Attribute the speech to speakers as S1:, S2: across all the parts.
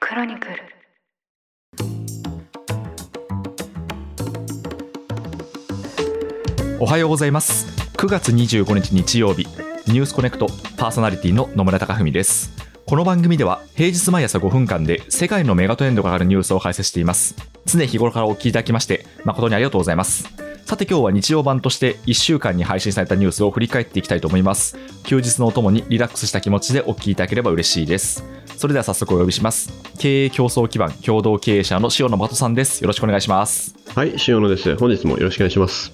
S1: クロニクル
S2: おはようございます9月25日日曜日ニュースコネクトパーソナリティの野村貴文ですこの番組では平日毎朝5分間で世界のメガトレンドからあるニュースを解説しています常日頃からお聞きいただきまして誠にありがとうございますさて今日は日曜版として1週間に配信されたニュースを振り返っていきたいと思います休日のお供にリラックスした気持ちでお聞きいただければ嬉しいですそれでは早速お呼びします経営競争基盤共同経営者の塩野誠さんですよろしくお願いします
S3: はい、塩野です。本日もよろしくお願いします。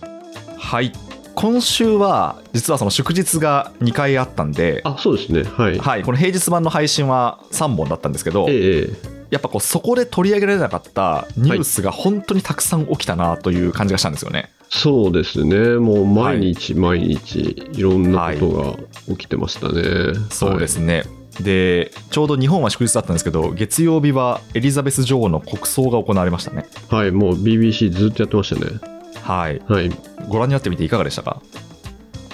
S2: はい今週は実はその祝日が2回あったんで
S3: あ、そうですね。はい。
S2: はい、この平日版の配信は3本だったんですけど、
S3: ええええ
S2: やっぱこうそこで取り上げられなかったニュースが本当にたくさん起きたなという感じがしたんですよね。
S3: そうですね。もう毎日毎日、いろんなことが起きてましたね。
S2: そうですね、でちょうど日本は祝日だったんですけど月曜日はエリザベス女王の国葬が行われましたね。
S3: はい。はい、もう BBC ずっとやってましたね。
S2: はい、
S3: はい。い
S2: ご覧になってみていかがでしたか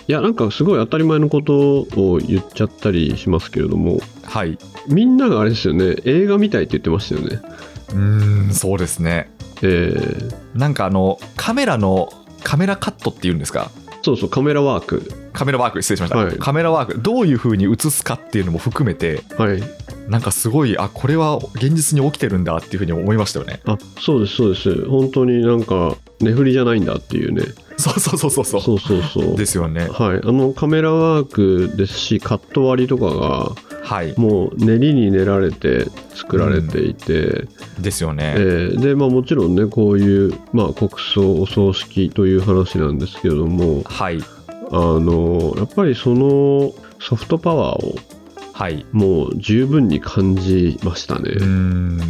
S3: や、なんかすごい当たり前のことを言っちゃったりしますけれども、
S2: はい
S3: みんながあれですよね。映画みたいって言ってましたよね。
S2: うーんそうですね
S3: ええ
S2: なんかあのカメラのカメラカットっていうんですか
S3: そうそう、カメラワーク。
S2: カメラワーク失礼しました、
S3: はい
S2: カメラワークどういう風に映すかっていうのも含めて
S3: はい。
S2: なんかすごいあこれは現実に起きてるんだっていうふうに思いましたよね
S3: あ、そうです、そうです。本当になんか、寝振りじゃないんだっていうね。
S2: そうそうそうそうそう
S3: そうそうそう。
S2: ですよね
S3: はい、あのカメラワークですしカット割りとか
S2: はい
S3: がもう練りに練られて作られていて、
S2: ですよ
S3: え
S2: ね、
S3: ーでまあ、もちろんねこういう、まあ、国葬お葬式という話なんですけれども
S2: はい
S3: あのやっぱりそのソフトパワーを
S2: はい
S3: もう十分に感じましたね。
S2: うー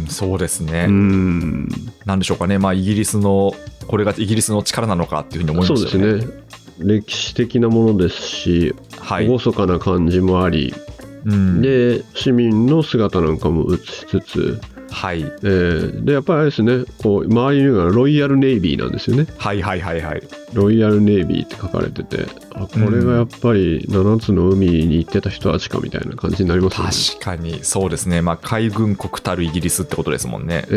S2: んそうですね、
S3: うん
S2: なんでしょうかねまあイギリスのこれがイギリスの力なのかっていうふうに思い
S3: そ
S2: ま
S3: うで
S2: した
S3: す
S2: よね
S3: ね歴史的なものですし、
S2: はい
S3: 厳かな感じもあり、
S2: うん
S3: で市民の姿なんかも映しつつ、
S2: はい
S3: えーでやっぱりあれですねこう周りにいるのがロイヤルネイビーなんですよね
S2: はいはいはいはい
S3: ロイヤルネイビーって書かれててあこれがやっぱり7つの海に行ってた人たちかみたいな感じになりますよね
S2: 確かにそうですねまあ海軍国たるイギリスってことですもんね
S3: え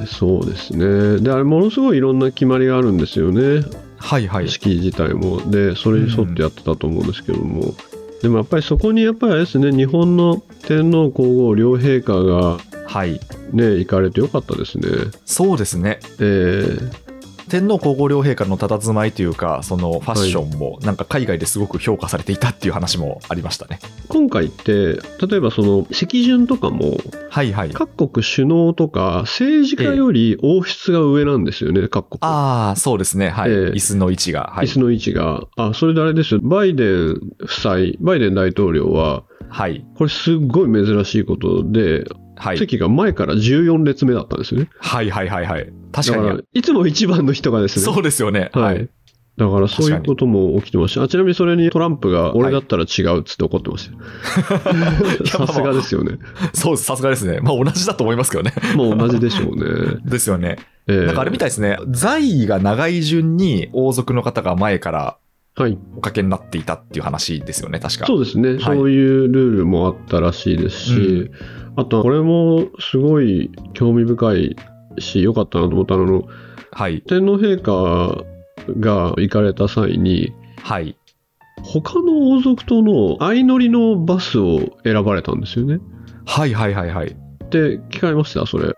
S3: ーそうですねであれものすごいいろんな決まりがあるんですよね
S2: はいはい
S3: 式自体もでそれに沿ってやってたと思うんですけども、でもやっぱりそこにやっぱりあれですね日本の天皇皇后両陛下が
S2: はい
S3: ね行かれてよかったですね
S2: そうですね
S3: えー
S2: 天皇皇后両陛下の佇まいというかそのファッションもなんか海外ですごく評価されていたっていう話もありましたね
S3: 今回って例えばその席順とかも
S2: はいはい
S3: 各国首脳とか政治家より王室が上なんですよね、各国。
S2: ああそうですねはい、
S3: ええ
S2: 椅子の位置がは
S3: 椅
S2: い
S3: 子の位置が、あそれであれですよ、バイデン夫妻、バイデン大統領は、
S2: はい
S3: これ、すっごい珍しいことで、
S2: はい
S3: 席が前から14列目だったんですよね。
S2: はいはいはいはい確
S3: だ
S2: か
S3: か
S2: に
S3: ら、いつも一番の人がですね、
S2: そうですよね
S3: はい、だからそういうことも起きてました、あちなみにそれにトランプが、俺だったら違うっつって怒って ました
S2: やまあ
S3: よ
S2: まあ
S3: さすがですよね、
S2: そうさすがですねまあ同じだと思いますけどね
S3: もう同じでしょうね。
S2: ですよね
S3: え ー
S2: なんかあれみたいですね在位が長い順に王族の方が前から
S3: はい、
S2: おかけになっていたっていう話ですよね確か
S3: そうですね、
S2: い
S3: そういうルールもあったらしいですし、
S2: うん
S3: あとこれもすごい興味深いし良かったなと思ったのはあの
S2: はい
S3: 天皇陛下が行かれた際に
S2: はい
S3: 他の王族との相乗りのバスを選ばれたんですよね
S2: はいはいはいはい
S3: って聞かれましたそれ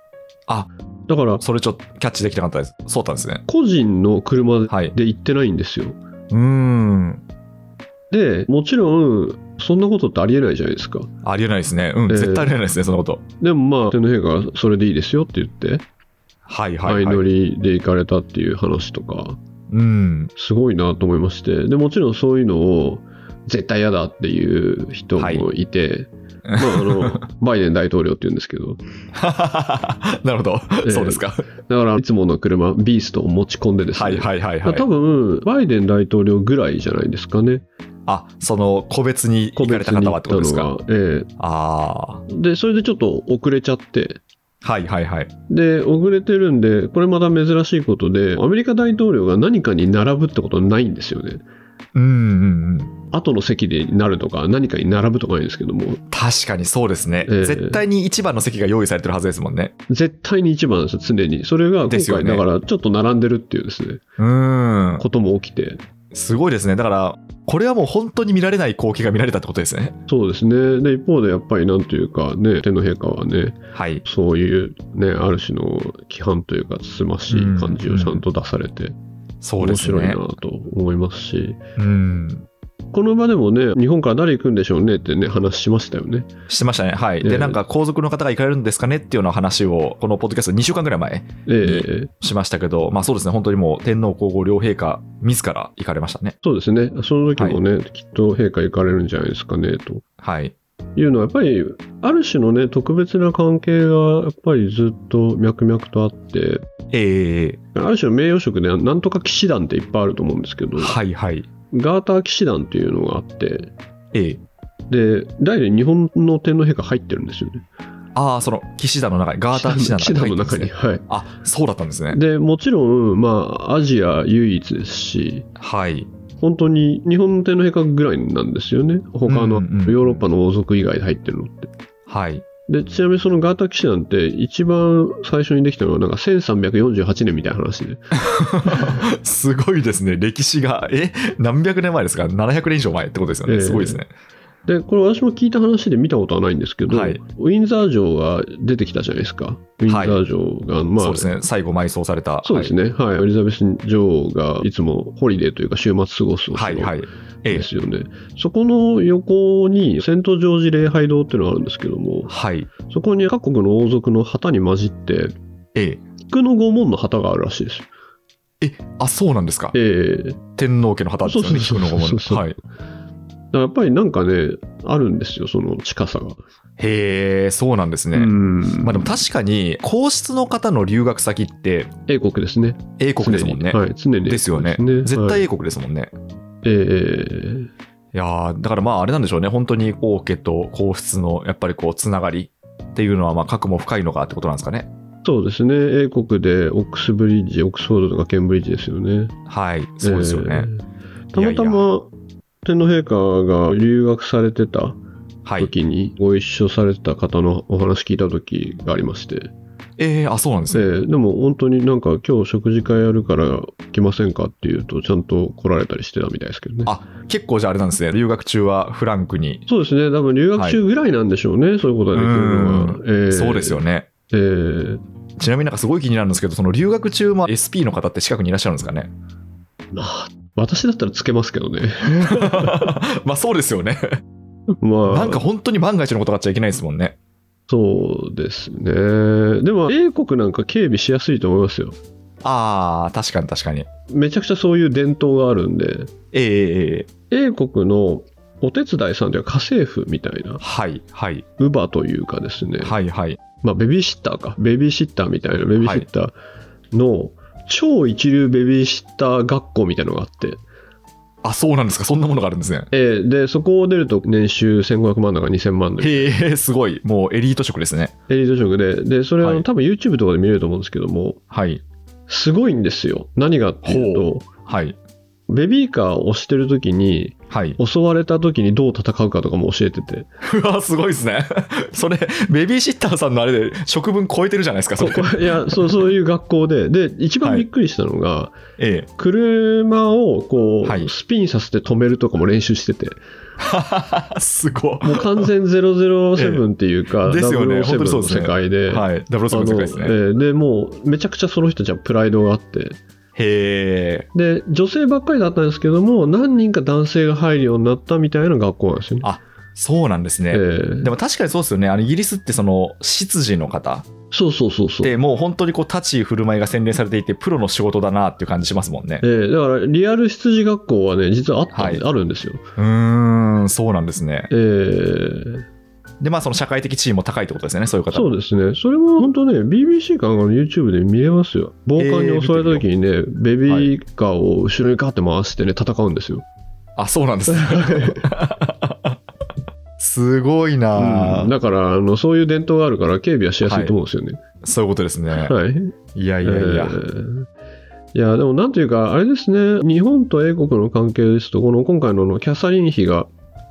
S2: あ
S3: だから
S2: それちょっとキャッチできなかったですそうだったんですね
S3: 個人の車
S2: はい
S3: で行ってないんですよ、
S2: うーん
S3: でもちろんそんなことってありえないじゃないですか
S2: ありえないですねうん、
S3: ええ
S2: 絶対ありえないですねそのこと
S3: でもまあ天皇陛下がそれでいいですよって言って
S2: はいはい
S3: 相
S2: はい
S3: 乗りで行かれたっていう話とか
S2: うん
S3: すごいなと思いましてでもちろんそういうのを絶対嫌だっていう人もい て、まあ、あのバイデン大統領って言うんですけど
S2: なるほど、
S3: え
S2: そうですか。
S3: だからいつもの車ビーストを持ち込んでですね、
S2: はいはいはいはい
S3: 多。分バイデン大統領ぐらいじゃないですかね
S2: あその個別に行かれた方はってことですか。
S3: 個別に行ったのが
S2: あ
S3: ええでそれでちょっと遅れちゃって
S2: あ、はいはいはい。
S3: で遅れてるんでこれまた珍しいことでアメリカ大統領が何かに並ぶってことないんですよね
S2: うんうんうん
S3: 後の席になるとか何かに並ぶとかないですけども
S2: 確かにそうですね、
S3: ええ
S2: 絶対に一番の席が用意されてるはずですもんね
S3: 絶対に一番なんですよ常にそれが今
S2: ですよ
S3: 回
S2: ね
S3: だからちょっと並んでるっていうですね
S2: うん
S3: ことも起きて
S2: すごいですねだからこれはもう本当に見られない光景が見られたってことですね
S3: そうですねで一方でやっぱりなんというかね天皇陛下はね
S2: はい
S3: そういうねある種の規範というかつつましい感じをちゃんと出されて
S2: そうで
S3: 面
S2: す
S3: 白いな
S2: ね
S3: と思いますし
S2: うん
S3: この場でもね日本から誰行くんでしょうねってね話しましたよね
S2: してましたねはい、
S3: え
S2: で
S3: え
S2: なんか皇族の方が行かれるんですかねっていうような話をこのポッドキャスト2週間ぐらい前
S3: ええええ
S2: しましたけどまあそうですね本当にもう天皇皇后両陛下自ら行かれましたね
S3: そうですねその時もね、きっと陛下行かれるんじゃないですかねと
S2: はい
S3: いうのはやっぱりある種のね特別な関係がやっぱりずっと脈々とあって
S2: ええ
S3: ある種の名誉職でなんとか騎士団っていっぱいあると思うんですけど
S2: はいはい
S3: ガーター騎士団っていうのがあって
S2: ええ
S3: で代々日本の天皇陛下入ってるんですよね
S2: ああその騎士団の中にガーター騎士団
S3: 騎士団の中
S2: 入ってるんで
S3: に
S2: すね
S3: はい
S2: あそうだったんですね
S3: でもちろんまあアジア唯一ですし
S2: はい
S3: 本当に日本の天皇陛下ぐらいなんですよね他の
S2: うんうんうん
S3: ヨーロッパの王族以外で入ってるのって
S2: はい
S3: でちなみにそのガーター騎士団って一番最初にできたのはなんか1348年みたいな話です
S2: ごいですね、歴史が、え何百年前ですか、700年以上前ってことですよね、
S3: ええ
S2: すごいですね。
S3: でこれ私も聞いた話で見たことはないんですけど、
S2: はい
S3: ウィンザー城が出てきたじゃないですかウィンザー城が、まあ
S2: そうですね、最後、埋葬された、
S3: そうですねはい、エリザベス女王がいつもホリデーというか週末過ごすお
S2: はい、
S3: 城
S2: はい、はい、ええ
S3: で、すよね、そこの横にセントジョージ礼拝堂っていうのがあるんですけども
S2: はい、
S3: そこに各国の王族の旗に混じって
S2: ええ、
S3: 菊の御門の旗があるらしいですよ。
S2: えあそうなんですか、
S3: ええ
S2: 天皇家の旗ですよね、
S3: そうそうそ
S2: 菊
S3: う
S2: の御門
S3: そうそうそう
S2: はい、
S3: だからやっぱりなんかね、あるんですよ、その近さが。
S2: へえ、そうなんですね。
S3: うん
S2: まあ、でも確かに、皇室の方の留学先って、
S3: 英国ですね。
S2: 英国ですもんね。
S3: 常にはい、常に。
S2: ですよね
S3: ね
S2: 絶
S3: はい
S2: 対英国ですもんね。
S3: え
S2: いやーだからまああれなんでしょうね、本当に王家と皇室のやっぱりこうつながりっていうのは、まあ、核も深いのかってことなんですかね。
S3: えそうですね。英国でオックスブリッジ、オックスフォードとかケンブリッジですよね。
S2: はい、そうですよね。
S3: ええたまた
S2: いやい
S3: ま天皇陛下が留学されてた
S2: はい、
S3: 時にご一緒されてた方のお話聞いた時がありまして、
S2: えー、あそうなんです
S3: え
S2: ね。
S3: えでも本当になんか今日食事会やるから来ませんかっていうとちゃんと来られたりしてたみたいですけどね。
S2: あ結構じゃああれなんですね、留学中はフランクに。
S3: そうですね、多分留学中ぐらいなんでしょうね、そういうことができるのは。ええ
S2: そうですよね。
S3: えー
S2: ちなみになんかすごい気になるんですけど、その留学中も SP の方って近くにいらっしゃるんですかね。
S3: まあ私だったらつけますけどね。
S2: まあそうですよね。
S3: まあ、
S2: なんか本当に万が一のことがあっちゃいけないですもんね。
S3: そうですね。でも、英国なんか警備しやすいと思いますよ。
S2: ああ、確かに確かに。
S3: めちゃくちゃそういう伝統があるんで、
S2: えーえーえー
S3: 英国のお手伝いさんというか、家政婦みたいな、
S2: はいはい
S3: 乳母というかですね、
S2: はいはい。
S3: まあ、ベビーシッターか、ベビーシッターみたいな、ベビーシッターの超一流ベビーシッター学校みたいなのがあって、
S2: あそうなんですか、そんなものがあるんですね。
S3: えーで、そこを出ると年収1500万だか2000万だか
S2: へえ、すごい。もうエリート職ですね。
S3: エリート職で、で、それはあの
S2: はい
S3: 多分 YouTube とかで見れると思うんですけども、
S2: はい。
S3: すごいんですよ。何がっていうと、
S2: はい。
S3: ベビーカーを押してる時に、
S2: はい。
S3: 襲われた時にどう戦うかとかも教えてて、
S2: うわ、すごいですね。 それ、ベビーシッターさんのあれで、食分超えてるじゃないですか、そ
S3: そ
S2: れ。
S3: こいやそうそういう学校で、で、一番びっくりしたのが、
S2: ええ。
S3: 車をこう、
S2: はい
S3: スピンさせて止めるとかも練習してて、
S2: すご
S3: もう完全007っていうか、
S2: え えですよね
S3: 007
S2: 本当にそう
S3: の
S2: ですね
S3: 世界で、
S2: い。はい。ダブル
S3: あ
S2: ソング
S3: の
S2: 世界
S3: え
S2: ですね。
S3: ーでもうめちゃくちゃその人たちはプライドがあって、
S2: へえ。
S3: で女性ばっかりだったんですけども何人か男性が入るようになったみたいな学校なんですよね。
S2: あそうなんです
S3: え
S2: ね。
S3: ー
S2: でも確かにそうですよね。あの、イギリスってその、執事の方
S3: そうそうそうそう。
S2: でもう本当にこう、立ち居振る舞いが洗練されていて、プロの仕事だなっていう感じしますもんね
S3: え。ーだからリアル羊学校はね実はあった、
S2: はい
S3: あるんですよ。
S2: うーん、そうなんですね
S3: え。ー
S2: で、まあ、その社会的地位も高いってことですよね、そういう方。
S3: そうですね。それも本当ね BBC かなんかの YouTube で見れますよ。暴漢に襲われた時にね、ベビーカーを後ろにガーって回してね戦うんですよ。
S2: あ、そうなんですね。 すごいなあ、
S3: うんだからあのそういう伝統があるから警備はしやすいと思うんですよね。
S2: そういうことですね。
S3: はい。
S2: いやいやいや、
S3: えーいや、でもなんていうか、あれですね、日本と英国の関係ですと、この今回のあのキャサリン妃が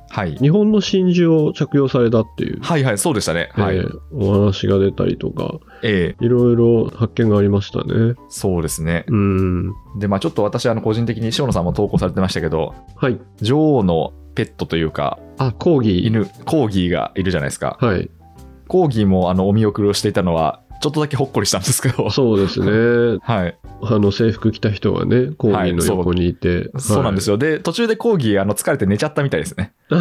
S2: はい、
S3: 日本の真珠を着用されたっていう、
S2: はいはいそうでしたねはい、
S3: え
S2: え
S3: ーお話が出たりとか、
S2: え
S3: いろいろ発見がありましたね。
S2: そうですね
S3: うん。
S2: でまあちょっと私あの個人的に塩野さんも投稿されてましたけど
S3: はい。
S2: 女王のペットというか
S3: あ、コーギー。
S2: 犬コーギーがいるじゃないですか
S3: はい。
S2: コーギーもあのお見送りをしていたのはちょっとだけほっこりしたんですけど
S3: そうですね。
S2: はい、
S3: あの制服着た人がね、コーギーの横にいて。
S2: そうなんです
S3: よ。
S2: よ。で、途中でコーギー、あの、疲れて寝ちゃったみたいですね。
S3: ね、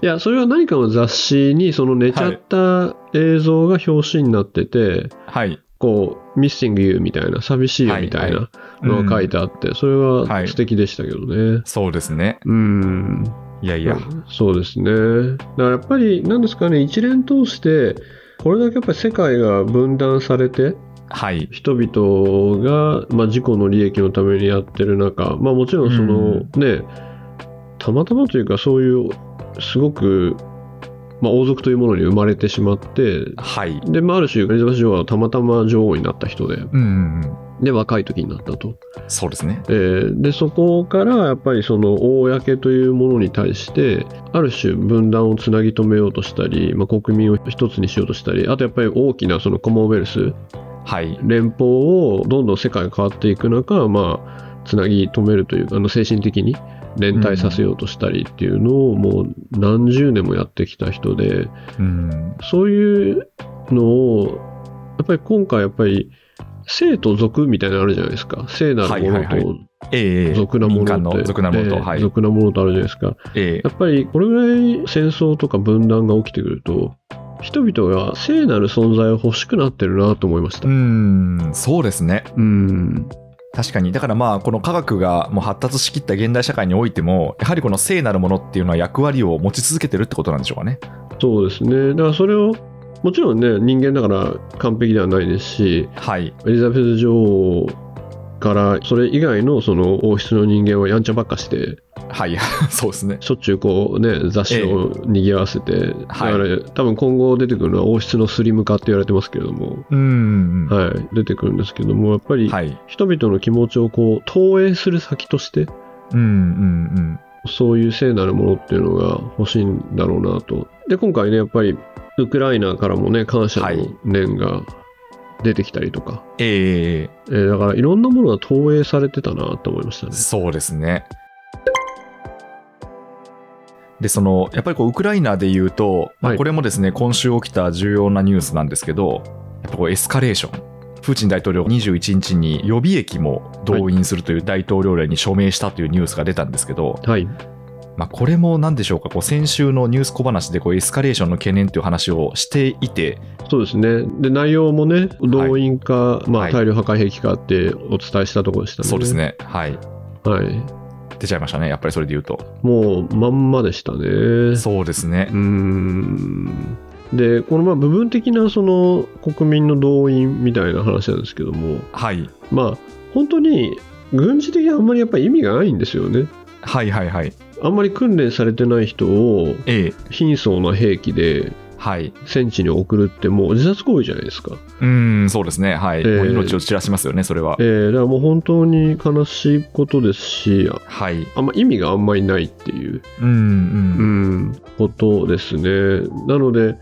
S3: い や、それは何かの雑誌に、その寝ちゃった映像が表紙になってて、
S2: はい。
S3: こう、ミッシングユーみたいな、寂しいよみたいなのが書い
S2: た。
S3: てあって、それ
S2: は
S3: はい素敵でしたけどね。
S2: そうですね。
S3: うん。
S2: いやいや
S3: う。んそうですね。だからやっぱり、なんですかね、一連通して、これだけやっぱり世界が分断されて、
S2: はい。
S3: 人々が、まあ、自己の利益のためにやってる中、まあ、もちろんその、ねたまたまというかそういうすごく、まあ、王族というものに生まれてしまって
S2: はい。
S3: で、まあ、ある種エリザベス女王はたまたま女王になった人で
S2: うんうんうん。
S3: で若い時になったと、
S2: そうですね。
S3: えーでそこからやっぱりその公というものに対してある種分断をつなぎ止めようとしたり、まあ、国民を一つにしようとしたりあとやっぱり大きなそのコモンウェルス
S2: はい。
S3: 連邦をどんどん世界が変わっていく中、まあ、つなぎ止めるというかあの精神的に連帯させようとしたりっていうのをもう何十年もやってきた人で
S2: うん。
S3: そういうのをやっぱり今回やっぱり生と俗みたいなのあるじゃないですか聖なるも
S2: はいはいは
S3: の
S2: ええ
S3: と俗なもの
S2: 民
S3: って、
S2: 間の俗なものと。
S3: ええ
S2: はい。
S3: 俗なものとあるじゃないですか
S2: ええ
S3: やっぱりこれぐらい戦争とか分断が起きてくると人々が聖なる存在を欲しくなってるなと思いました
S2: う。ん、そうですね。
S3: うん
S2: 確かに。だからまあ、この科学がもう発達しきった現代社会においても、やはりこの聖なるものっていうのは役割を持ち続けてるってことなんでしょうかね。
S3: そうですね。だからそれを、もちろんね、人間だから完璧ではないですし、
S2: はい。
S3: エリザベス女王から、それ以外のその王室の人間はやんちゃばっかして、
S2: はい。 そうですね。
S3: しょっちゅうこうね、雑誌を賑わせて、だ
S2: はい
S3: から多分今後出てくるのは王室のスリム化って言われてますけれども、
S2: うん。は
S3: はい、出てくるんですけども、やっぱり
S2: い。
S3: 人々の気持ちをこう投影する先として、
S2: うんうんうん。
S3: そういう聖なるものっていうのが欲しいんだろうなと。で、今回ね、やっぱりウクライナからもね、感謝
S2: は
S3: の
S2: い
S3: 念が出てきたりとか、
S2: ええ
S3: えーだからいろんなものが投影されてたなと思いましたね。
S2: そうですね。でそのやっぱりこうウクライナでいうと、まあ
S3: はい
S2: これもですね今週起きた重要なニュースなんですけど、やっぱこうエスカレーション、プーチン大統領、21日に予備役も動員するという大統領令に署名したというニュースが出たんですけど、
S3: はい。
S2: まあ、これもなんでしょうか、こう先週のニュース小話でこうエスカレーションの懸念という話をしていて、
S3: そうですね。で、内容もね、動員か、ま
S2: は
S3: あ、
S2: い
S3: 大量破壊兵器かってお伝えしたところでしたね。
S2: そうです。ね、はい、
S3: はい。
S2: 出ちゃいましたね、やっぱりそれで言うと。
S3: もう、まんまでしたね。
S2: そうですね
S3: うー、んでこのまあ部分的なその国民の動員みたいな話なんですけども、
S2: はい、
S3: まあ本当に軍事的にあんまりやっぱり意味がないんですよね。
S2: はいはいはい、
S3: あんまり訓練されてない人を
S2: ええ、
S3: 貧相な兵器で
S2: はい、
S3: 戦地に送るってもう自殺行為じゃないですか。
S2: うーん、そうですね、はい、
S3: えー
S2: もう命を散らしますよね、それは
S3: え。ーだからもう本当に悲しいことですし、あ
S2: はい、
S3: あんま意味があんまりないっていう、
S2: うん、
S3: う
S2: うん、
S3: ん、ことですね。なので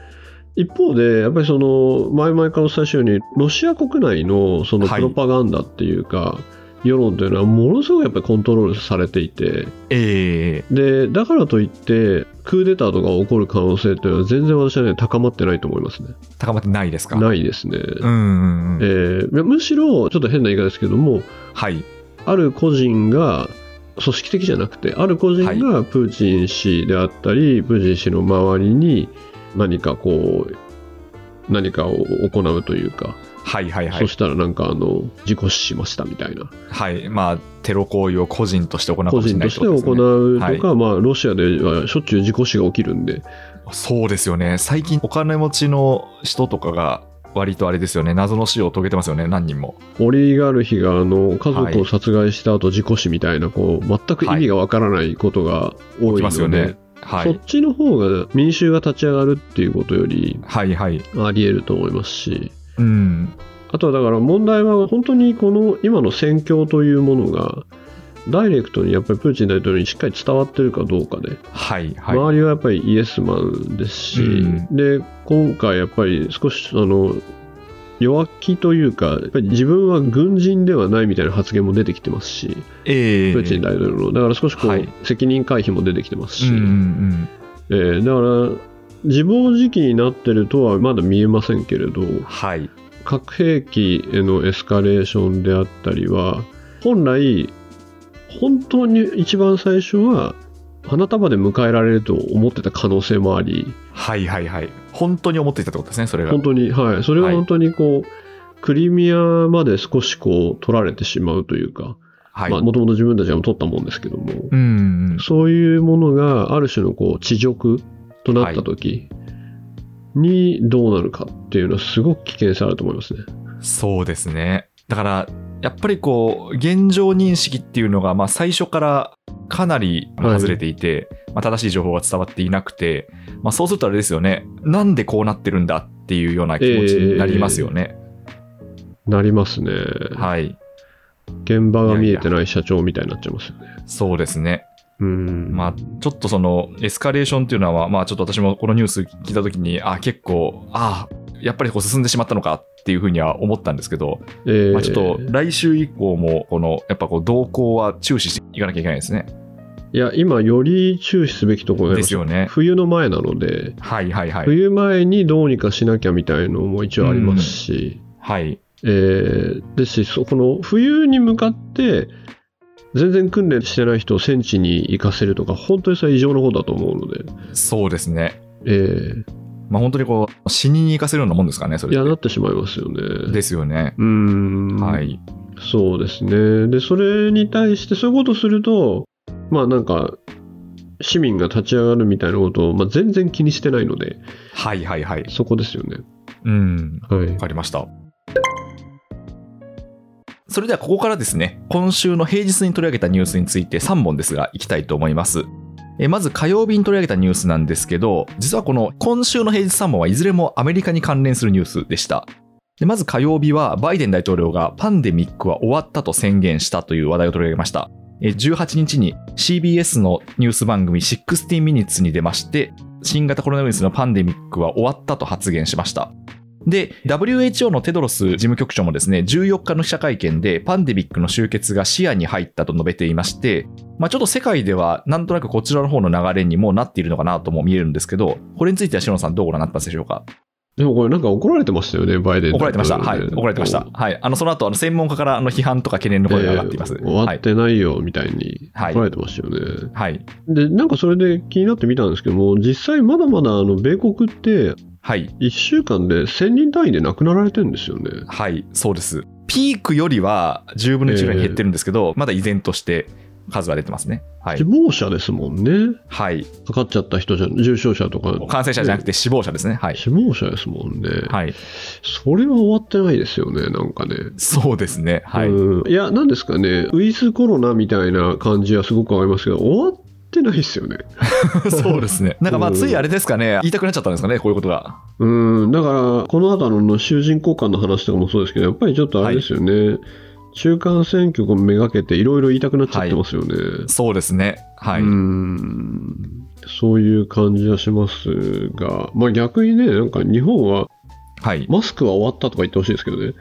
S3: 一方で、やっぱりその前々からお伝えしたように、ロシア国内のその
S2: は
S3: プ
S2: い
S3: ロパガンダっていうか、世論というのはものすごくやっぱりコントロールされていて、
S2: ええ
S3: でだからといってクーデターとか起こる可能性っていうのは全然私はね高まってないと思いますね
S2: 高まってないですか。
S3: ないですね、
S2: うん、うんうん、
S3: えーいやむしろちょっと変な言い方ですけども
S2: はい、
S3: ある個人が組織的じゃなくてある個人がプーチン氏であったり、プーチン氏の周りに何かこう何かを行うというか、
S2: はい、はい、は
S3: そ
S2: い、
S3: したらなんかあの自己死しましたみたいな
S2: はい、まあ、テロ行為を個人として行うか
S3: 個
S2: もしれ
S3: 人
S2: な
S3: と
S2: い
S3: して行うとか、
S2: う。
S3: まあ、ロシアではしょっちゅう自己死が起きるんで
S2: そうですよね、最近お金持ちの人とかが。割とあれですよね謎の死を遂げてますよね何人も
S3: オリガルヒがあの家族を殺害した後事故死みたいな、こう全く意味がわからないことが多
S2: き
S3: いの
S2: ますよ
S3: で、
S2: ねは
S3: そっ
S2: い
S3: ちの方が民衆が立ち上がるっていうことより
S2: はいはい
S3: ありえると思いますし、
S2: うん
S3: あとはだから問題は本当にこの今の戦況というものがダイレクトにやっぱりプーチン大統領にしっかり伝わってるかどうかで、
S2: はいはい、
S3: 周りはやっぱりイエスマンですし、
S2: うん
S3: で今回やっぱり少しあの弱気というかやっぱり自分は軍人ではないみたいな発言も出てきてますし、
S2: ええ
S3: プーチン大統領のだから少しこう、
S2: はい
S3: 責任回避も出てきてますし、
S2: うんうん
S3: えーだから自暴自棄になってるとはまだ見えませんけれど
S2: うん、はい
S3: 核兵器へのエスカレーションであったりは本来本当に一番最初は花束で迎えられると思ってた可能性もあり
S2: はいはいはい本当に思っていたってことですねそれが
S3: 本当にはいそれは
S2: はい
S3: 本当にこう、クリミアまで少しこう取られてしまうというか
S2: はい、
S3: もともと自分たちが取ったもんですけども、
S2: うんうん
S3: そういうものがある種のこう地辱となった時にどうなるかっていうのはすごく危険性あると思いますね。
S2: そうですね。だから、やっぱりこう、現状認識っていうのが、まあ、最初からかなり
S3: はい
S2: 外れていて、まあ、正しい情報が伝わっていなくて、まあ、そうするとあれですよね、なんでこうなってるんだっていうような気持ちになりますよね。
S3: なりますね。
S2: はい。
S3: 現場が見えてない社長みたいになっちゃいますよね。
S2: そうですね。
S3: うん。
S2: まあ、ちょっとその、エスカレーションっていうのは、まあ、ちょっと私もこのニュース聞いたときに、あ、結構、あ、やっぱりこう進んでしまったのかっていうふうには思ったんですけど、
S3: えー
S2: まあ、ちょっと来週以降も、この、やっぱこう、動向は注視していかなきゃいけないですね。
S3: いや、今、より注視すべきところになり
S2: で
S3: ますす
S2: よね。
S3: 冬の前なので、
S2: はいはいはい。
S3: 冬前にどうにかしなきゃみたいのも一応ありますし、
S2: はい。
S3: えーですし、そこの冬に向かって、全然訓練してない人を戦地に行かせるとか、本当にそれは異常の方だと思うので、
S2: そうですね。
S3: え
S2: まあ本当にこう、死にに行かせるようなもんですからね、そ
S3: ーい
S2: れ
S3: や、
S2: って。
S3: なってしまいますよね。
S2: ですよね。
S3: うーん。
S2: はい。
S3: そうですね。で、それに対して、そういうことをすると、まあなんか、市民が立ち上がるみたいなことを、まあ、全然気にしてないので、
S2: はいはいはい。
S3: そこですよね。
S2: うん。
S3: はい
S2: わ。かりました。それではここからですね、今週の平日に取り上げたニュースについて3本ですが、いきたいと思います。えまず火曜日に取り上げたニュースなんですけど、実はこの今週の平日3本はいずれもアメリカに関連するニュースでした。でまず火曜日はバイデン大統領がパンデミックは終わったと宣言したという話題を取り上げました。え18日に CBS のニュース番組16 minutes に出まして、新型コロナウイルスのパンデミックは終わったと発言しました。で、WHO のテドロス事務局長もですね、14日の記者会見で、パンデミックの終結が視野に入ったと述べていまして、まあ、ちょっと世界では、なんとなくこちらの方の流れにもうなっているのかなとも見えるんですけど、これについては、篠野さん、どうご覧になったんでしょうか。
S3: でもこれなんか怒られてましたよね、バイデン
S2: 怒られてました。
S3: 大統
S2: はい、
S3: 領ね
S2: 怒られてました。はい、あのその後あの専門家からあの批判とか懸念の声が上がっています。
S3: えー終
S2: は
S3: わっ
S2: い
S3: てないよみたいに
S2: はい
S3: 怒られてましたよね、
S2: はい、
S3: で、なんかそれで気になってみたんですけども、実際まだまだあの米国って
S2: はい、
S3: 1週間で1000人単位で亡くなられてるんですよね。
S2: はい、そうです。ピークよりは10分の1ぐらいに減ってるんですけど、まだ依然として数は出てますね。はい
S3: 死、亡者ですもんね。
S2: はい、
S3: かかっちゃった人じゃ、重症者とか。
S2: 感染者じゃなくて死亡者ですね。はい、
S3: 死亡者ですもんね。
S2: はい、
S3: それは終わってないですよね、なんかね。
S2: そうですね。はい。
S3: うんいや、なんですかね、ウイズコロナみたいな感じはすごくありますけど、終わってないですよね。
S2: そうですね。なんかまあ、
S3: うん
S2: ついあれですかね、言いたくなっちゃったんですかね、こういうことが。
S3: うん、だから、この後の囚人交換の話とかもそうですけど、やっぱりちょっとあれですよね、中間選挙をめがけて、いろいろ言いたくなっちゃってますよね。
S2: そうですね。はい。
S3: うんそういう感じはしますが、まあ、逆にね、なんか日本は
S2: はい。
S3: マスクは終わったとか言ってほしいですけどね。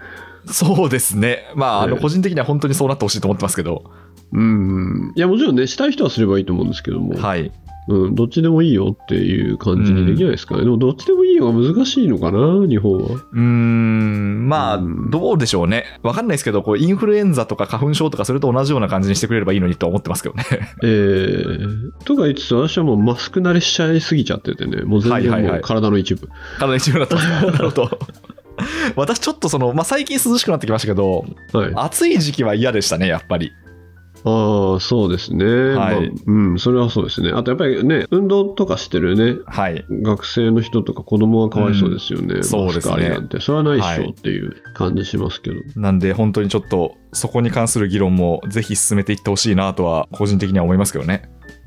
S2: そうですね。まあ、あの、
S3: ええ
S2: 個人的には本当にそうなってほしいと思ってますけど。
S3: うん、いや、もちろんね、したい人はすればいいと思うんですけども、
S2: はい。
S3: うん、どっちでもいいよっていう感じにできないですかね。でも、どっちでもいいよが難しいのかな、日本は。
S2: うーん、まあ、
S3: うん
S2: どうでしょうね。わかんないですけど、こう、インフルエンザとか花粉症とか、それと同じような感じにしてくれればいいのにとは思ってますけどね。
S3: えー、とか言いつつ、私はもうマスク慣れしちゃいすぎちゃっててね、もう全
S2: はい
S3: 然
S2: はい
S3: も
S2: は
S3: う
S2: い
S3: 体の一部。
S2: 体に重要なとこなるほど。 私、ちょっとその、まあ、最近涼しくなってきましたけど、
S3: はい。あ
S2: 暑い時期は嫌でしたね、やっぱり。
S3: あー、そうですね、
S2: はい
S3: まあうん、それはそうですね。あとやっぱりね、運動とかしてるね、
S2: はい。
S3: 学生の人とか子供はかわいそうですよね、
S2: んそうですね
S3: マスクありなんて。それはないっし
S2: はい
S3: ょっていう感じしますけど。
S2: なんで、本当にちょっと、そこに関する議論も、ぜひ進めていってほしいなとは、個人的には思いますけどね。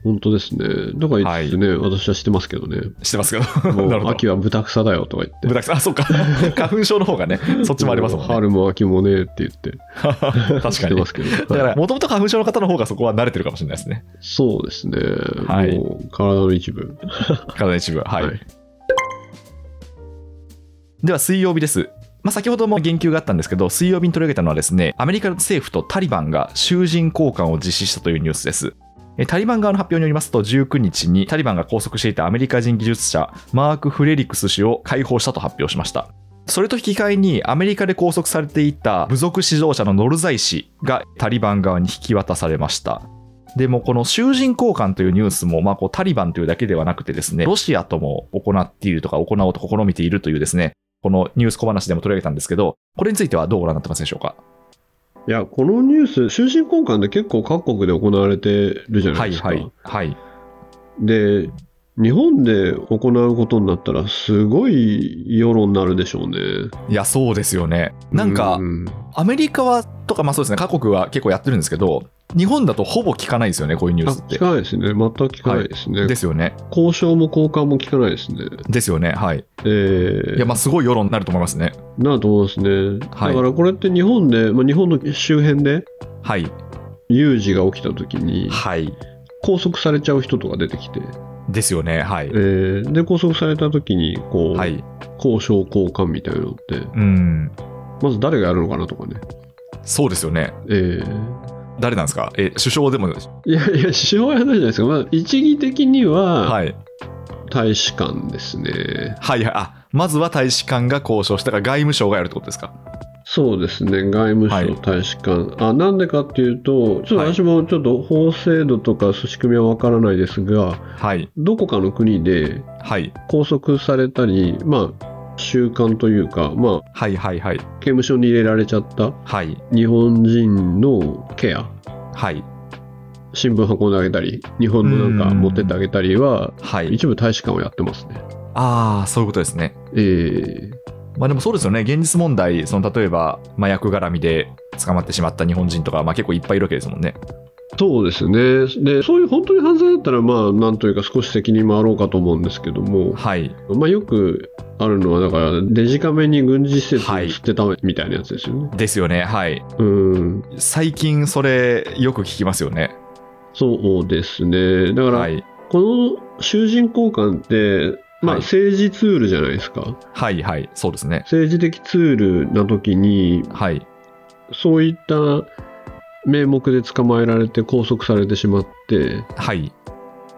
S3: 本当ですね。だから言ってね、私はしてますけどね。
S2: してますけ
S3: も
S2: ど。 なる
S3: う
S2: ほど。
S3: 秋はブタクサだよとか言って。
S2: ブタクサ、あ、 そうか。花粉症の方がね、そっちもありますもん
S3: う
S2: ね。
S3: 春も秋もねって言って。
S2: 確
S3: し
S2: か
S3: て
S2: に
S3: ま。すけど。
S2: だ
S3: は
S2: か
S3: い
S2: ら、もともと花粉症の方の方がそこは慣れてるかもしれないですね。
S3: そうですね。
S2: はい
S3: もう体の一部。
S2: 体の一部は。はい。
S3: はい
S2: では、水曜日です。まあ、先ほども言及があったんですけど、水曜日に取り上げたのはですね、アメリカ政府とタリバンが囚人交換を実施したというニュースです。えタリバン側の発表によりますと、19日にタリバンが拘束していたアメリカ人技術者、マーク・フレリクス氏を解放したと発表しました。それと引き換えに、アメリカで拘束されていた部族指導者のノルザイ氏がタリバン側に引き渡されました。でもこの囚人交換というニュースも、まあ、こうタリバンというだけではなくてですね、ロシアとも行っているとか、行おうと試みているというですね、このニュース小話でも取り上げたんですけど、これについてはどうご覧になってますでしょうか。
S3: いや、このニュース、終身交換で結構各国で行われてるじゃな
S2: はいい
S3: ですか。
S2: はい。はい。
S3: で、日本で行うことになったら、すごい世論になるでしょうね。
S2: いや、そうですよね。なんか、
S3: うん
S2: アメリカはとか、まあそうですね、各国は結構やってるんですけど、日本だとほぼ聞かないですよね、こういうニュー
S3: あ
S2: スっ
S3: 聞
S2: て
S3: か。ないですね。全く聞かないですね。
S2: ですよね。
S3: 交渉も交換も聞かないですね。
S2: ですよね。はい。
S3: えー
S2: いや、まあすごい世論になると思いますね。
S3: なると思いますね。だ
S2: はい
S3: からこれって日本で、まあ、日本の周辺で
S2: はい。
S3: 有事が起きた時に、
S2: はい。
S3: 拘束されちゃう人とか出てきて、
S2: ですよね。はい
S3: え。ーで、拘束された時に、こう、
S2: はい。
S3: 交渉交換みたいなのって、
S2: うん。
S3: まず誰がやるのかなとかね。
S2: そうですよね。
S3: え
S2: 誰なんですかえ、首相でも、
S3: ーいやいや、首相やらないじゃないですか。まあ、一義的には
S2: はい。
S3: 大使館ですね。
S2: はいはい。あ、まずは大使館が交渉したから外務省がやるってことですか。
S3: そうですね、外務省、
S2: はい
S3: 大使館。あ、なんでかっていうと、ちょっ
S2: は
S3: と
S2: い
S3: 私もちょっと法制度とか仕組みはわからないですが、
S2: はい。
S3: どこかの国で
S2: はい。
S3: 拘束されたり、まあ、習慣というか、まあ、
S2: はいはいはい。
S3: 刑務所に入れられちゃった
S2: はい。
S3: 日本人のケア、
S2: はい。
S3: 新聞運んであげたり、日本のなんか
S2: うん
S3: 持ってってあげたりは、
S2: はい。
S3: 一部大使館をやってますね。
S2: ああ、そういうことですね。
S3: えー
S2: まあでもそうですよね。現実問題、その例えば麻薬絡みで捕まってしまった日本人とか、まあ結構いっぱいいるわけですもんね。
S3: そうですねで、そういう本当に犯罪だったら、まあ、なんというか、少し責任もあろうかと思うんですけども、
S2: はい。
S3: まあ、よくあるのは、だから、デジカメに軍事施設を映ってたみたいなやつですよね。
S2: ですよね。はい。
S3: うん、
S2: 最近それよく聞きますよね。
S3: そうですね。だから、
S2: はい。
S3: この囚人交換って、まあ、
S2: はい
S3: 政治ツールじゃないですか、
S2: はいはい。そうですね。
S3: 政治的ツールな時に
S2: はい。
S3: そういった名目で捕まえられて拘束されてしまって
S2: はい。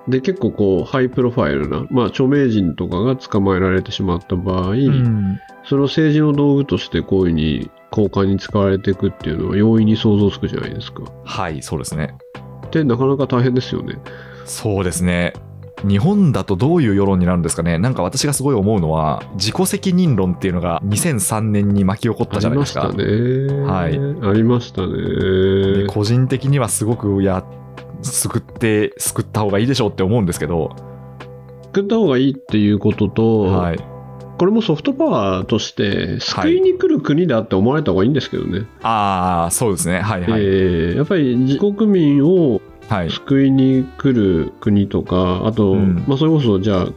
S3: で結構こうハイプロファイルな、まあ、著名人とかが捕まえられてしまった場合、
S2: うん
S3: それを政治の道具としてこういうふうに交換に使われていくっていうのは容易に想像つくじゃないですか。
S2: はい。そうですね。
S3: でなかなか大変ですよね。
S2: そうですね。日本だとどういう世論になるんですかね、なんか私がすごい思うのは、自己責任論っていうのが2003年に巻き起こっ
S3: あ
S2: たじゃ
S3: り
S2: ない
S3: ま
S2: で
S3: し
S2: すか。
S3: たね。
S2: はい
S3: ありました
S2: で
S3: ね。
S2: 個人的にはすごく、いや、救って、救った方がいいでしょうって思うんですけど、
S3: 作った方がいいっていうことと、
S2: はい、
S3: これもソフトパワーとして
S2: はい
S3: 救いに来る国だって思われた方がいいんですけどね、
S2: ああ、そうですね、はいは
S3: え
S2: い、
S3: ーやっぱり自国民を
S2: はい、
S3: 救いに来る国とかあと、
S2: うん
S3: まあ、それこそじゃあ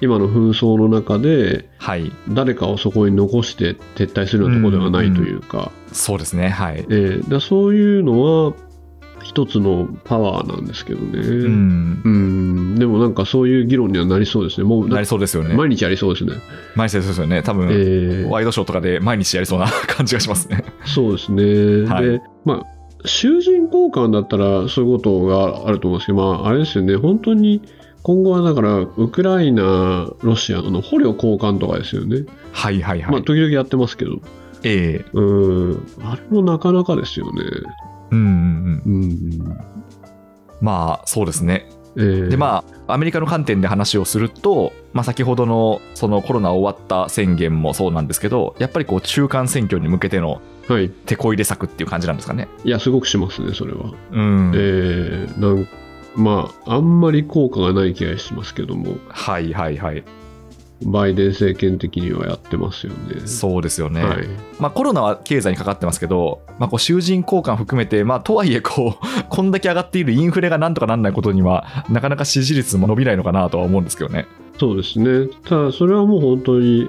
S3: 今の紛争の中で
S2: はい、
S3: 誰かをそこに残して撤退するようなとこではないというか,、
S2: そうですね、はい。
S3: えーだからそういうのは一つのパワーなんですけどね、
S2: う
S3: う
S2: ん、
S3: んでもなんかそういう議論にはなりそうですねもう
S2: なりそうですよね。
S3: 毎日ありそうですね、
S2: 毎日そうですよね、多
S3: え
S2: 分、
S3: ー
S2: ワイドショーとかで毎日やりそうな感じがし ますね。
S3: そうですね、
S2: はい
S3: でまあ囚人交換だったらそういうことがあると思うんですけど、まあ、あれですよね本当に今後はだからウクライナロシアの捕虜交換とかですよね、
S2: はいはいはい。
S3: まあ時々やってますけど
S2: ええ
S3: うんあれもなかなかですよね
S2: うんうんうん。
S3: うん、
S2: まあ、そうですね。
S3: えー
S2: でまあ、アメリカの観点で話をすると、まあ、先ほどのそのコロナ終わった宣言もそうなんですけど、やっぱりこう中間選挙に向けての
S3: はい
S2: 手こ入れ策っていう感じなんですかね。
S3: いやすごくしますねそれは、
S2: うん
S3: えーなんまああんまり効果がない気がしますけども
S2: はいはいはい。
S3: バイデン政権的にはやってますよね。
S2: そうですよね、
S3: はい、
S2: まあ、コロナは経済にかかってますけど、まあ、こう囚人交換含めて、まあ、とはいえこう、 こんだけ上がっているインフレがなんとかなんないことには、なかなか支持率も伸びないのかなとは思うんですけどね。
S3: そうですね。ただ、それはもう本当に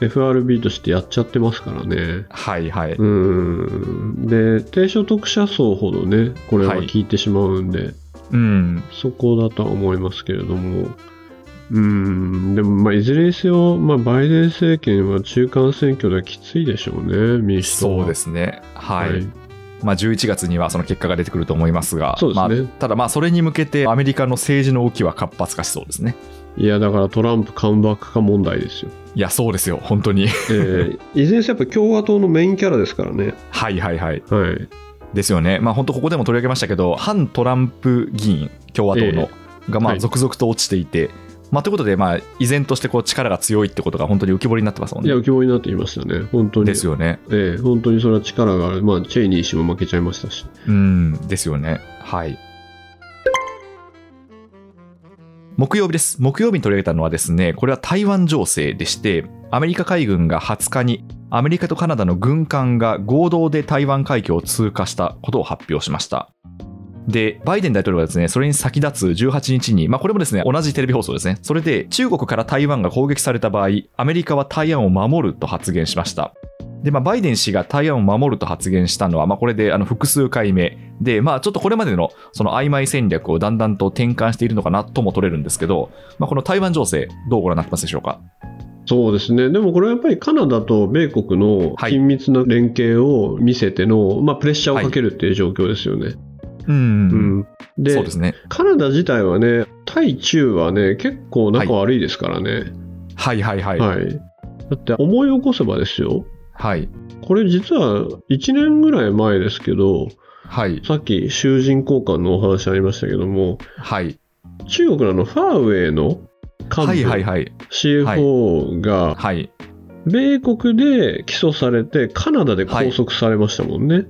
S3: FRB としてやっちゃってますからね。
S2: はいはい、
S3: うん。で、低所得者層ほどね、これは効いてしまうんで、
S2: うん、
S3: そこだとは思いますけれども。うんでも、まあ、いずれにせよ、まあ、バイデン政権は中間選挙ではきついでしょうね、民主党
S2: そ
S3: は。、
S2: うですすね、はいまあ、11月にはその結果が出てくると思いますが、
S3: そうですね
S2: まあ、ただ、まあそれに向けてアメリカの政治の動きは活発化しそうですね。
S3: いや、だからトランプカムバック化問題 ですよ。
S2: いや、そうですよ、本当に。
S3: えー、いずれにせよやっぱ共和党のメインキャラですからね。
S2: はいはいはい。
S3: はい。
S2: ですよね、まあ、本当、ここでも取り上げましたけど、反トランプ議員、共和党の、
S3: え
S2: がま
S3: は
S2: あ
S3: い
S2: 続々と落ちていて、まあ、ということで、まあ、依然としてこう力が強いってことが本当に浮き彫りになってますもん
S3: い
S2: ね
S3: や、。浮き彫りになっていましたね。本当に。
S2: ですよね。
S3: ええ本当にそれは力がある。まあ、チェイニー氏も負けちゃいましたし。
S2: うん、ですよね。はい。木曜日です。木曜日に取り上げたのはですね、これは台湾情勢でして、アメリカ海軍が20日に、アメリカとカナダの軍艦が合同で台湾海峡を通過したことを発表しました。で、バイデン大統領がですね、それに先立つ18日に、まあこれもですね、同じテレビ放送ですね。それで、中国から台湾が攻撃された場合、アメリカは台湾を守ると発言しました。で、まあ、バイデン氏が台湾を守ると発言したのは、まあ、これであの複数回目で、まあ、ちょっとこれまでのその曖昧戦略をだんだんと転換しているのかなとも取れるんですけど、まあ、この台湾情勢、どうご覧になってますでしょうか。
S3: そうですね。でもこれはやっぱりカナダと米国の
S2: はい
S3: 緊密な連携を見せての、まあ、プレッシャーをかけるっていう状況ですよね。
S2: うん、
S3: うん。で
S2: そうですね。
S3: カナダ自体はね、対中はね、結構仲悪いですからね。
S2: はいはいはい。
S3: は。
S2: はい
S3: だって思い起こせばですよ。
S2: い。
S3: これ実は1年ぐらい前ですけど、
S2: はい。
S3: さっき囚人交換のお話ありましたけども、
S2: はい。
S3: 中国のあのファーウェイの幹部、
S2: はいはいはい。
S3: CFO が
S2: はい。
S3: 米国で起訴されてカナダで拘束されましたもんね、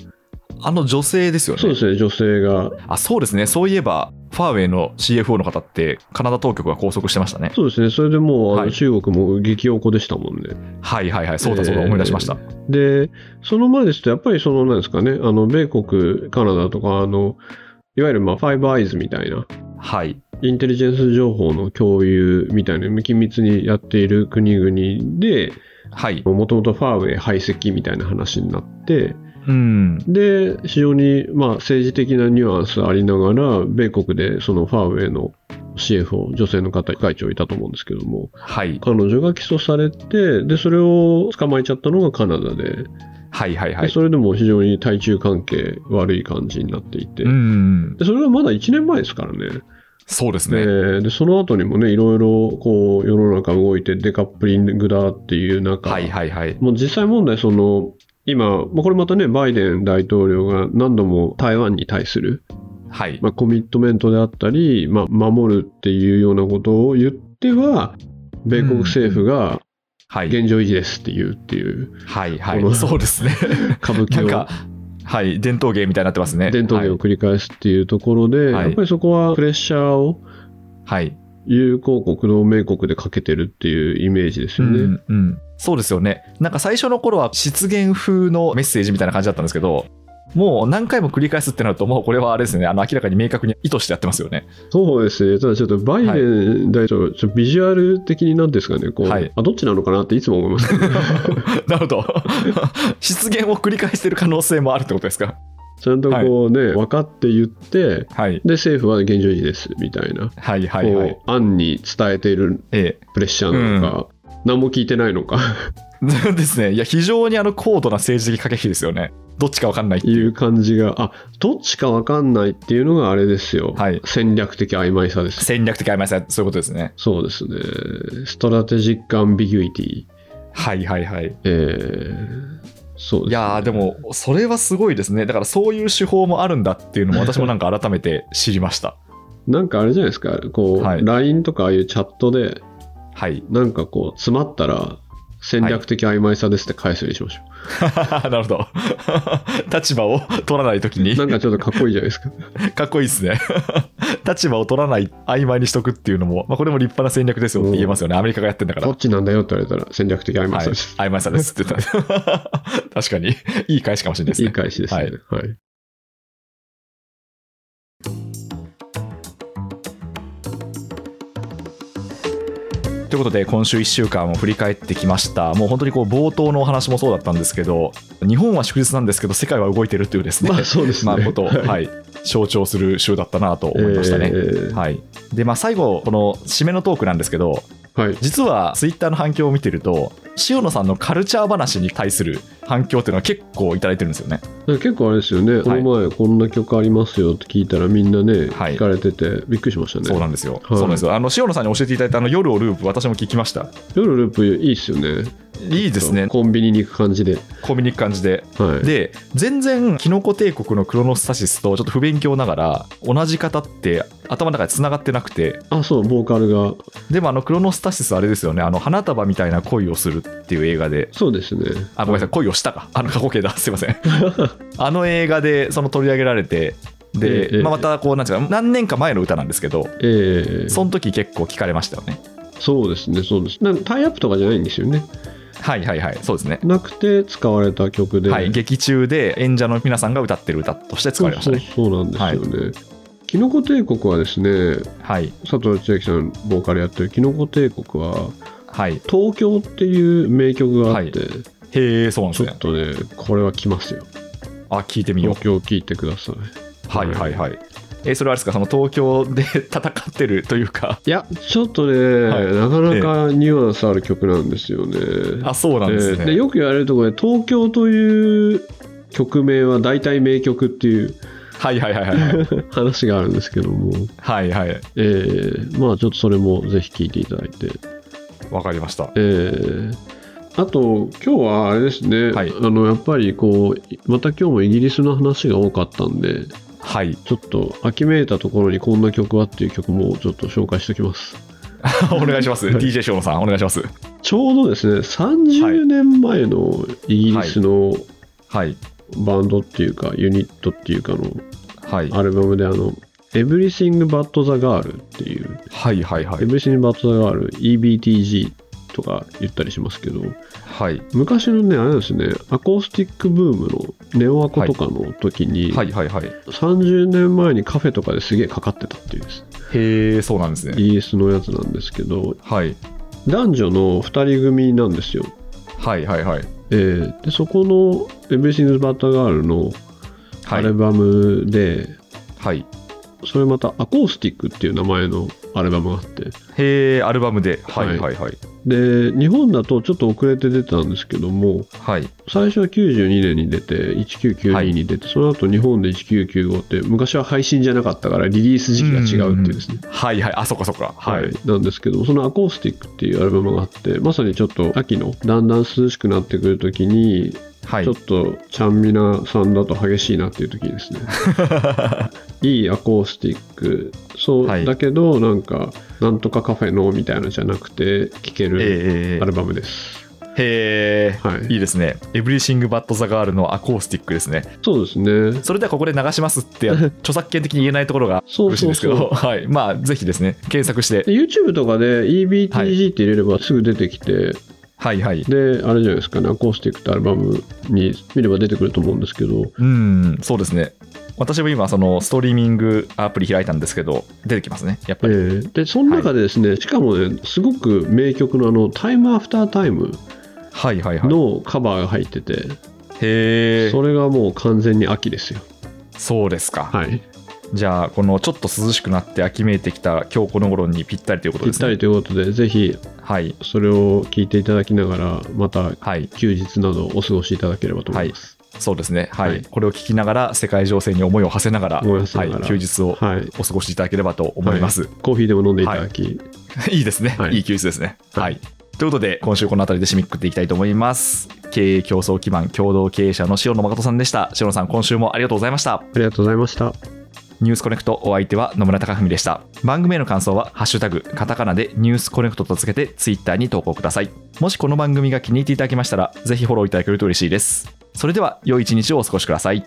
S2: あの女性ですよね。
S3: そうですね女性が
S2: あ、そうですね。そういえば、ファーウェイの CFO の方って、カナダ当局が拘束してましたね。
S3: そうですねそれでもうあ
S2: は
S3: の
S2: い
S3: 中国も激おこでしたもんね、
S2: はいはいはい。そうだそうだ、
S3: えー
S2: 思い出しました。
S3: でその前ですとやっぱりそのなんですかねあの米国カナダとかあのいわゆるまあファイブアイズみたいな
S2: はい。
S3: インテリジェンス情報の共有みたいなのを緊密にやっている国々で
S2: はい。
S3: もともとファーウェイ排斥みたいな話になって
S2: うん。
S3: で非常にまあ政治的なニュアンスありながら米国でそのファーウェイの CFO 女性の方会長いたと思うんですけども
S2: はい。
S3: 彼女が起訴されてでそれを捕まえちゃったのがカナダで,で、
S2: はいはいはい。
S3: それでも非常に対中関係悪い感じになっていて、
S2: うん。
S3: でそれはまだ1年前ですからね
S2: そうですね。
S3: ででその後にもねいろいろこう世の中動いてデカップリングだっていう中、
S2: はいはいはい。
S3: もう実際問題、その今、まあこれまたね、バイデン大統領が何度も台湾に対する、
S2: はい。
S3: まあ、コミットメントであったり、まあ、守るっていうようなことを言っては、米国政府が
S2: はい。
S3: 現状維持ですっていうっていう
S2: はい
S3: こ
S2: は
S3: の
S2: い。そうです ね。
S3: 歌舞伎
S2: なん
S3: を
S2: か、はい。伝統芸みたいになってますね。
S3: 伝統芸を
S2: はい
S3: 繰り返すっていうところで、
S2: はい
S3: やっぱりそこはプレッシャーを
S2: はい。
S3: 友好国同盟国でかけてるっていうイメージです
S2: う
S3: よね。
S2: んうん。そうですよね。なんか最初の頃は失言風のメッセージみたいな感じだったんですけど、もう何回も繰り返すってなると、もうこれはあれですね、あの明らかに明確に意図してやってますよね。
S3: そうですね、ただちょっとバイデン大統領、ちょっとビジュアル的になんですかね、こう
S2: はい
S3: あどっちなのかなっていつも思いますけど、
S2: なるほど。 失言を繰り返してる可能性もあるってことですか。
S3: ちゃんとこうね、分かって言って、
S2: はい。
S3: で、政府は現状維持ですみたいな、
S2: はいはいはい。
S3: こう案に伝えている
S2: え
S3: プレッシャーなのか、何も聞いてないのか
S2: え。 ですね。いや、非常にあの高度な政治的駆け引きですよね。どっちかわかんないって
S3: い
S2: いう。
S3: う感じが、あどっちか分かんないっていうのがあれですよ、
S2: はい
S3: 戦略的曖昧さです。
S2: 戦略的曖昧さ、そういうことですね。
S3: そうですね、ストラテジック・アンビギュイティ、
S2: はいはいはい。
S3: えー、そうです、ね。
S2: いやーでも、それはすごいですね。だからそういう手法もあるんだっていう のも、私もなんか改めて知りました。
S3: なんかあれじゃないですか、こう、
S2: はい
S3: LINE とかああいうチャットで、
S2: はい。
S3: なんかこう、詰まったら、戦略的曖昧さですって返すようにしましょ
S2: なるほど 立場を取らないときに
S3: う。なんかちょっとかっこいいじゃないですか。
S2: かっこいいですね 立場を取らない曖昧にしとくっていうのも、まあ、これも立派な戦略ですよって言えますよね、アメリカがやってんだから
S3: どっちなんだよって言われたら戦略的曖昧
S2: はい、
S3: さです。
S2: 曖昧さですって言ったら 確かにいい返しかもしれないです
S3: い、い
S2: ね
S3: 返しですね。
S2: はい
S3: はい
S2: ということで今週1週間を振り返ってきましたもう本当にこう冒頭のお話もそうだったんですけど日本は祝日なんですけど世界は動いてるというですね、
S3: まあそうですね。
S2: まあことを、
S3: はい
S2: はい、象徴する週だったなと思いましたね、
S3: えー
S2: はいでまあ、最後、この締めのトークなんですけど、
S3: はい。
S2: 実はツイッターの反響を見てると、塩野さんのカルチャー話に対する反響っていうのは結構いただいてるんですよね。
S3: なんか結構あれですよね、この前こんな曲ありますよって聞いたらみんなね、
S2: はい
S3: 聞かれててびっくりしました
S2: そうな
S3: ね。
S2: んですよ。
S3: い
S2: そうなんですよ。あの塩野さんに教えていただいたあの夜をループ、私も聞きました。
S3: 夜ループいいっすよね。
S2: いいですね。
S3: コンビニに行く感じで。
S2: コミュニク感じで。
S3: はい。
S2: で全然キノコ帝国のクロノスタシスとちょっと不勉強ながら同じ方って頭の中でつながってなくて
S3: あ、そう、ボーカルが。
S2: でもあのクロノスタシスあれですよねあの花束みたいな恋をするっていう映画で
S3: そうですね。
S2: あごめんなさい恋をしたかあの過去形だすいま せんあの映画でその取り上げられてで、
S3: ええ
S2: まあ、またこうなんていうか何年か前の歌なんですけど
S3: えー
S2: その時結構聞かれましたよね
S3: そうですね、そうです。なんタイアップとかじゃないんですよね。
S2: はいはいはいそうですね、
S3: なくて使われた曲で。
S2: はい、劇中で演者の皆さんが歌ってる歌として使われましたね
S3: そうそうそうなんですよね。キノコ帝国はですね、
S2: はい
S3: 佐藤千秋さんボーカルやってるキノコ帝国は、
S2: はい
S3: 東京っていう名曲があって、
S2: へえそうなんです
S3: ちょ
S2: ね
S3: っとね、これは来ますよ。
S2: あ聞いてみよう
S3: 東京聞いてください。
S2: はいはいはい。えーそれはあれですか、その東京で 戦ってるという か、
S3: いや、ちょっとね、
S2: はい
S3: なかなかニュアンスある曲なんですよね。
S2: あそうなんです
S3: えー
S2: ね。
S3: でよく言われるところで、東京という曲名は大体名曲っていう
S2: はいはいはいはい。
S3: 話があるんですけども、
S2: はいはい。
S3: えーまあちょっとそれもぜひ聴いていただいて。
S2: わかりました。
S3: えーあと今日はあれですね、
S2: はい
S3: あのやっぱりこうまた今日もイギリスの話が多かったんで
S2: はい。
S3: ちょっと秋めいたところにこんな曲はっていう曲もちょっと紹介しておきます
S2: お願いします。
S3: はい
S2: DJ ショーノさん、お願いします。
S3: ちょうどですね30年前のイギリスの
S2: はい。
S3: バンドっていうかユニットっていうかの
S2: はい。
S3: アルバムであの「Everything But the Girl」っていう
S2: はいはい
S3: 「
S2: はい。
S3: Everything But the Girl」EBTG とか言ったりしますけど
S2: はい。
S3: 昔のねあれですねアコースティックブームのネオアコとかの時に、
S2: はいはいはい。
S3: 30年前にカフェとかですげえかかってたっていうですね
S2: へえ、そうなんです
S3: イ
S2: ね。
S3: ギリスのやつなんですけど
S2: はい。
S3: 男女の2人組なんですよ、
S2: はいはいはい。
S3: えーでそこの「Everything's But a Girl」の
S2: は
S3: ア
S2: い
S3: ル。バムで、
S2: はい、
S3: それまたアコースティックっていう名前のアルバムがあって
S2: へえ、アルバムで。は
S3: はいい
S2: はいはい。
S3: で日本だとちょっと遅れて出たんですけども
S2: はい。
S3: 最初は92年に出て1992に出て、その後日本で1995って昔は配信じゃなかったからリリース時期が違うっていうですね、
S2: はいはい。あ、そっかそっか。は。
S3: はいい、なんですけどもその「アコースティック」っていうアルバムがあってまさにちょっと秋のだんだん涼しくなってくるときに、
S2: はい
S3: ちょっ。とちゃんみなさんだと激しいなっていう時に ですねいいアコースティックそう、
S2: はい
S3: だけどなんかなんとかカフェのみたいなのじゃなくて聴け
S2: え
S3: る
S2: え
S3: アルバムです、
S2: へえ、
S3: はい
S2: い、いですね。エブリシング・バット・ザ・ガールのアコースティックですね。
S3: そうですね
S2: それではここで流しますって、著作権的に言えないところが
S3: そうそうそ
S2: 苦しいん
S3: う
S2: ですけど、 はい。まあ、ぜひですね、検索して
S3: で、YouTube とかで EBTG って入れればすぐ出てきて、
S2: はいはい。
S3: であれじゃないですかねアコースティックってアルバムに見れば出てくると思うんですけど
S2: うん、そうですね。私も今、そのストリーミングアプリ開いたんですけど、出てきますね、やっぱ
S3: え
S2: り。
S3: ーでその中でですね、しかもねすごく名曲のあの「タイムアフタータイム
S2: はいはいはい。
S3: のカバーが入ってて、
S2: へえ、
S3: それがもう完全に秋ですよ
S2: そうですか。
S3: はい
S2: じゃあ、このちょっと涼しくなって秋めいてきた今日この頃にぴったりということで
S3: ぴっ
S2: すね。
S3: たりということでぜひ
S2: はい。
S3: それを聞いていただきながらまた
S2: はい。
S3: 休日などお過ごしいただければと思います、
S2: そうですね。はい。
S3: はい
S2: これを聞きながら、世界情勢に思いを馳せながら、
S3: 思いを馳せながら
S2: はい、休日を
S3: はい
S2: お過ごしいただければと思います。
S3: コーヒーでも飲んでいただき、
S2: いいですね、
S3: はい
S2: い、い休日ですね。はい、ということで、今週この辺りで締めくくっていきたいと思います。経営競争基盤共同経営者の塩野誠さんでした。塩野さん、今週もありがとうございました。
S3: ありがとうございました
S2: ニュースコネクトお相手は野村貴文でした。番組への感想は、ハッシュタグ、カタカナでニュースコネクトとつけてツイッターに投稿ください。もしこの番組が気に入っていただけましたら、ぜひフォローいただけると嬉しいです。それでは、良い一日をお過ごしください。